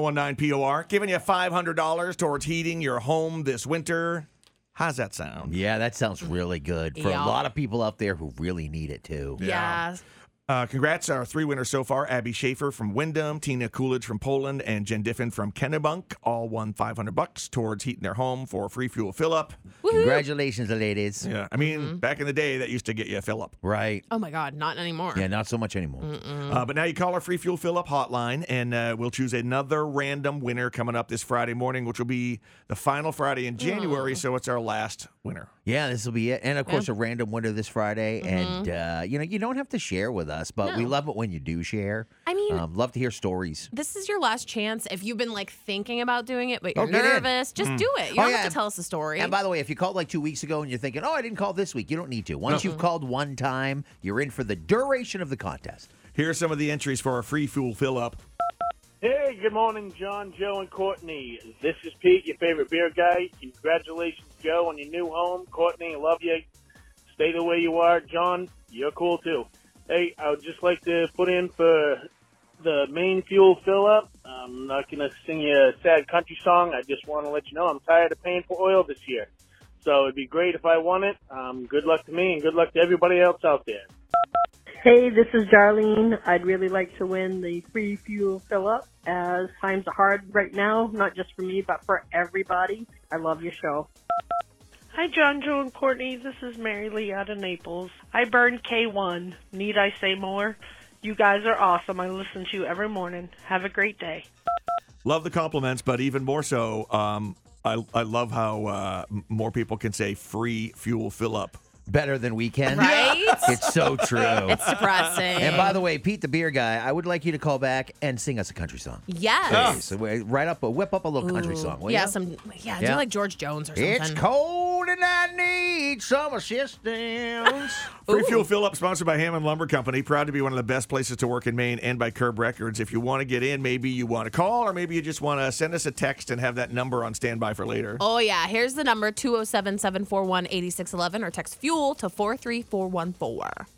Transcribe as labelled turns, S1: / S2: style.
S1: 1019 POR, giving you $500 towards heating your home this winter. How's that sound?
S2: Yeah, that sounds really good for
S3: Yeah.
S2: a lot of people out there who really need it too.
S1: Yeah.
S3: Yeah.
S1: Uh, congrats to our three winners so far Abby Schaefer from Wyndham, Tina Coolidge from Poland, and Jen Diffin from Kennebunk. All won 500 bucks towards heating their home for a free fuel fill up.
S2: Congratulations, ladies.
S1: Yeah, I mean, back in the day, that used to get you a fill up.
S2: Right.
S3: Oh my God, not anymore.
S2: Yeah, not so much anymore.
S1: Uh, but now you call our free fuel fill up hotline, and uh, we'll choose another random winner coming up this Friday morning, which will be the final Friday in January. So it's our last winner.
S2: Yeah, this will be it. And of course, a random winner this
S3: Mm-hmm.
S2: Friday. And, uh, you know, you don't have to share with us, but we love it when you do share.
S3: I mean-
S2: um, love to hear stories.
S3: This is your last chance. If you've been like thinking about doing it, but you're
S2: Oh, get in.
S3: nervous, just do it. You
S2: Oh,
S3: don't
S2: yeah.
S3: have to tell us a story.
S2: And by the way, if you called like two weeks ago and you're thinking, oh, I didn't call this week, you don't need to. Once you've called one time, you're in for the duration of the contest.
S1: Here are some of the entries for our free fuel fill up.
S4: Hey, good morning, John, Joe, and Courtney. This is Pete, your favorite beer guy. Congratulations, Joe, on your new home. Courtney, love you. Stay the way you are. John, you're cool too. Hey, I would just like to put in for the main fuel fill up. I'm not going to sing you a sad country song. I just want to let you know I'm tired of paying for oil this year. So it'd be great if I won it. Um, good luck to me and good luck to everybody else out there.
S5: Hey, this is Darlene. I'd really like to win the free fuel fill up as times are hard right now, not just for me, but for everybody. I love your show.
S6: Hi, John, Joe, and Courtney. This is Mary Lee out of Naples. I burned K1. Need I say more? You guys are awesome. I listen to you every morning. Have a great day.
S1: Love the compliments, but even more so, um, I, I love how uh, m- more people can say free fuel fill up.
S2: Better than weekend.
S3: Right?
S2: It's so true.
S3: it's depressing.
S2: and by the way, Pete the beer guy, I would like you to call back and sing us a country song.
S3: yes.
S2: So we- write up a whip up a little country
S3: Ooh.
S2: song. Will
S3: yeah,
S2: ya?
S3: some yeah,
S2: Yeah.
S3: do like George Jones or something.
S2: It's cold and I need some assistance.
S1: Free
S3: Ooh.
S1: Fuel Fill Up, sponsored by Hammond Lumber Company. Proud to be one of the best places to work in Maine and by Curb Records. If you want to get in, maybe you want to call or maybe you just want to send us a text and have that number on standby for later.
S3: Oh yeah, oh here's the number 207-741-8611 or text fuel to 43414.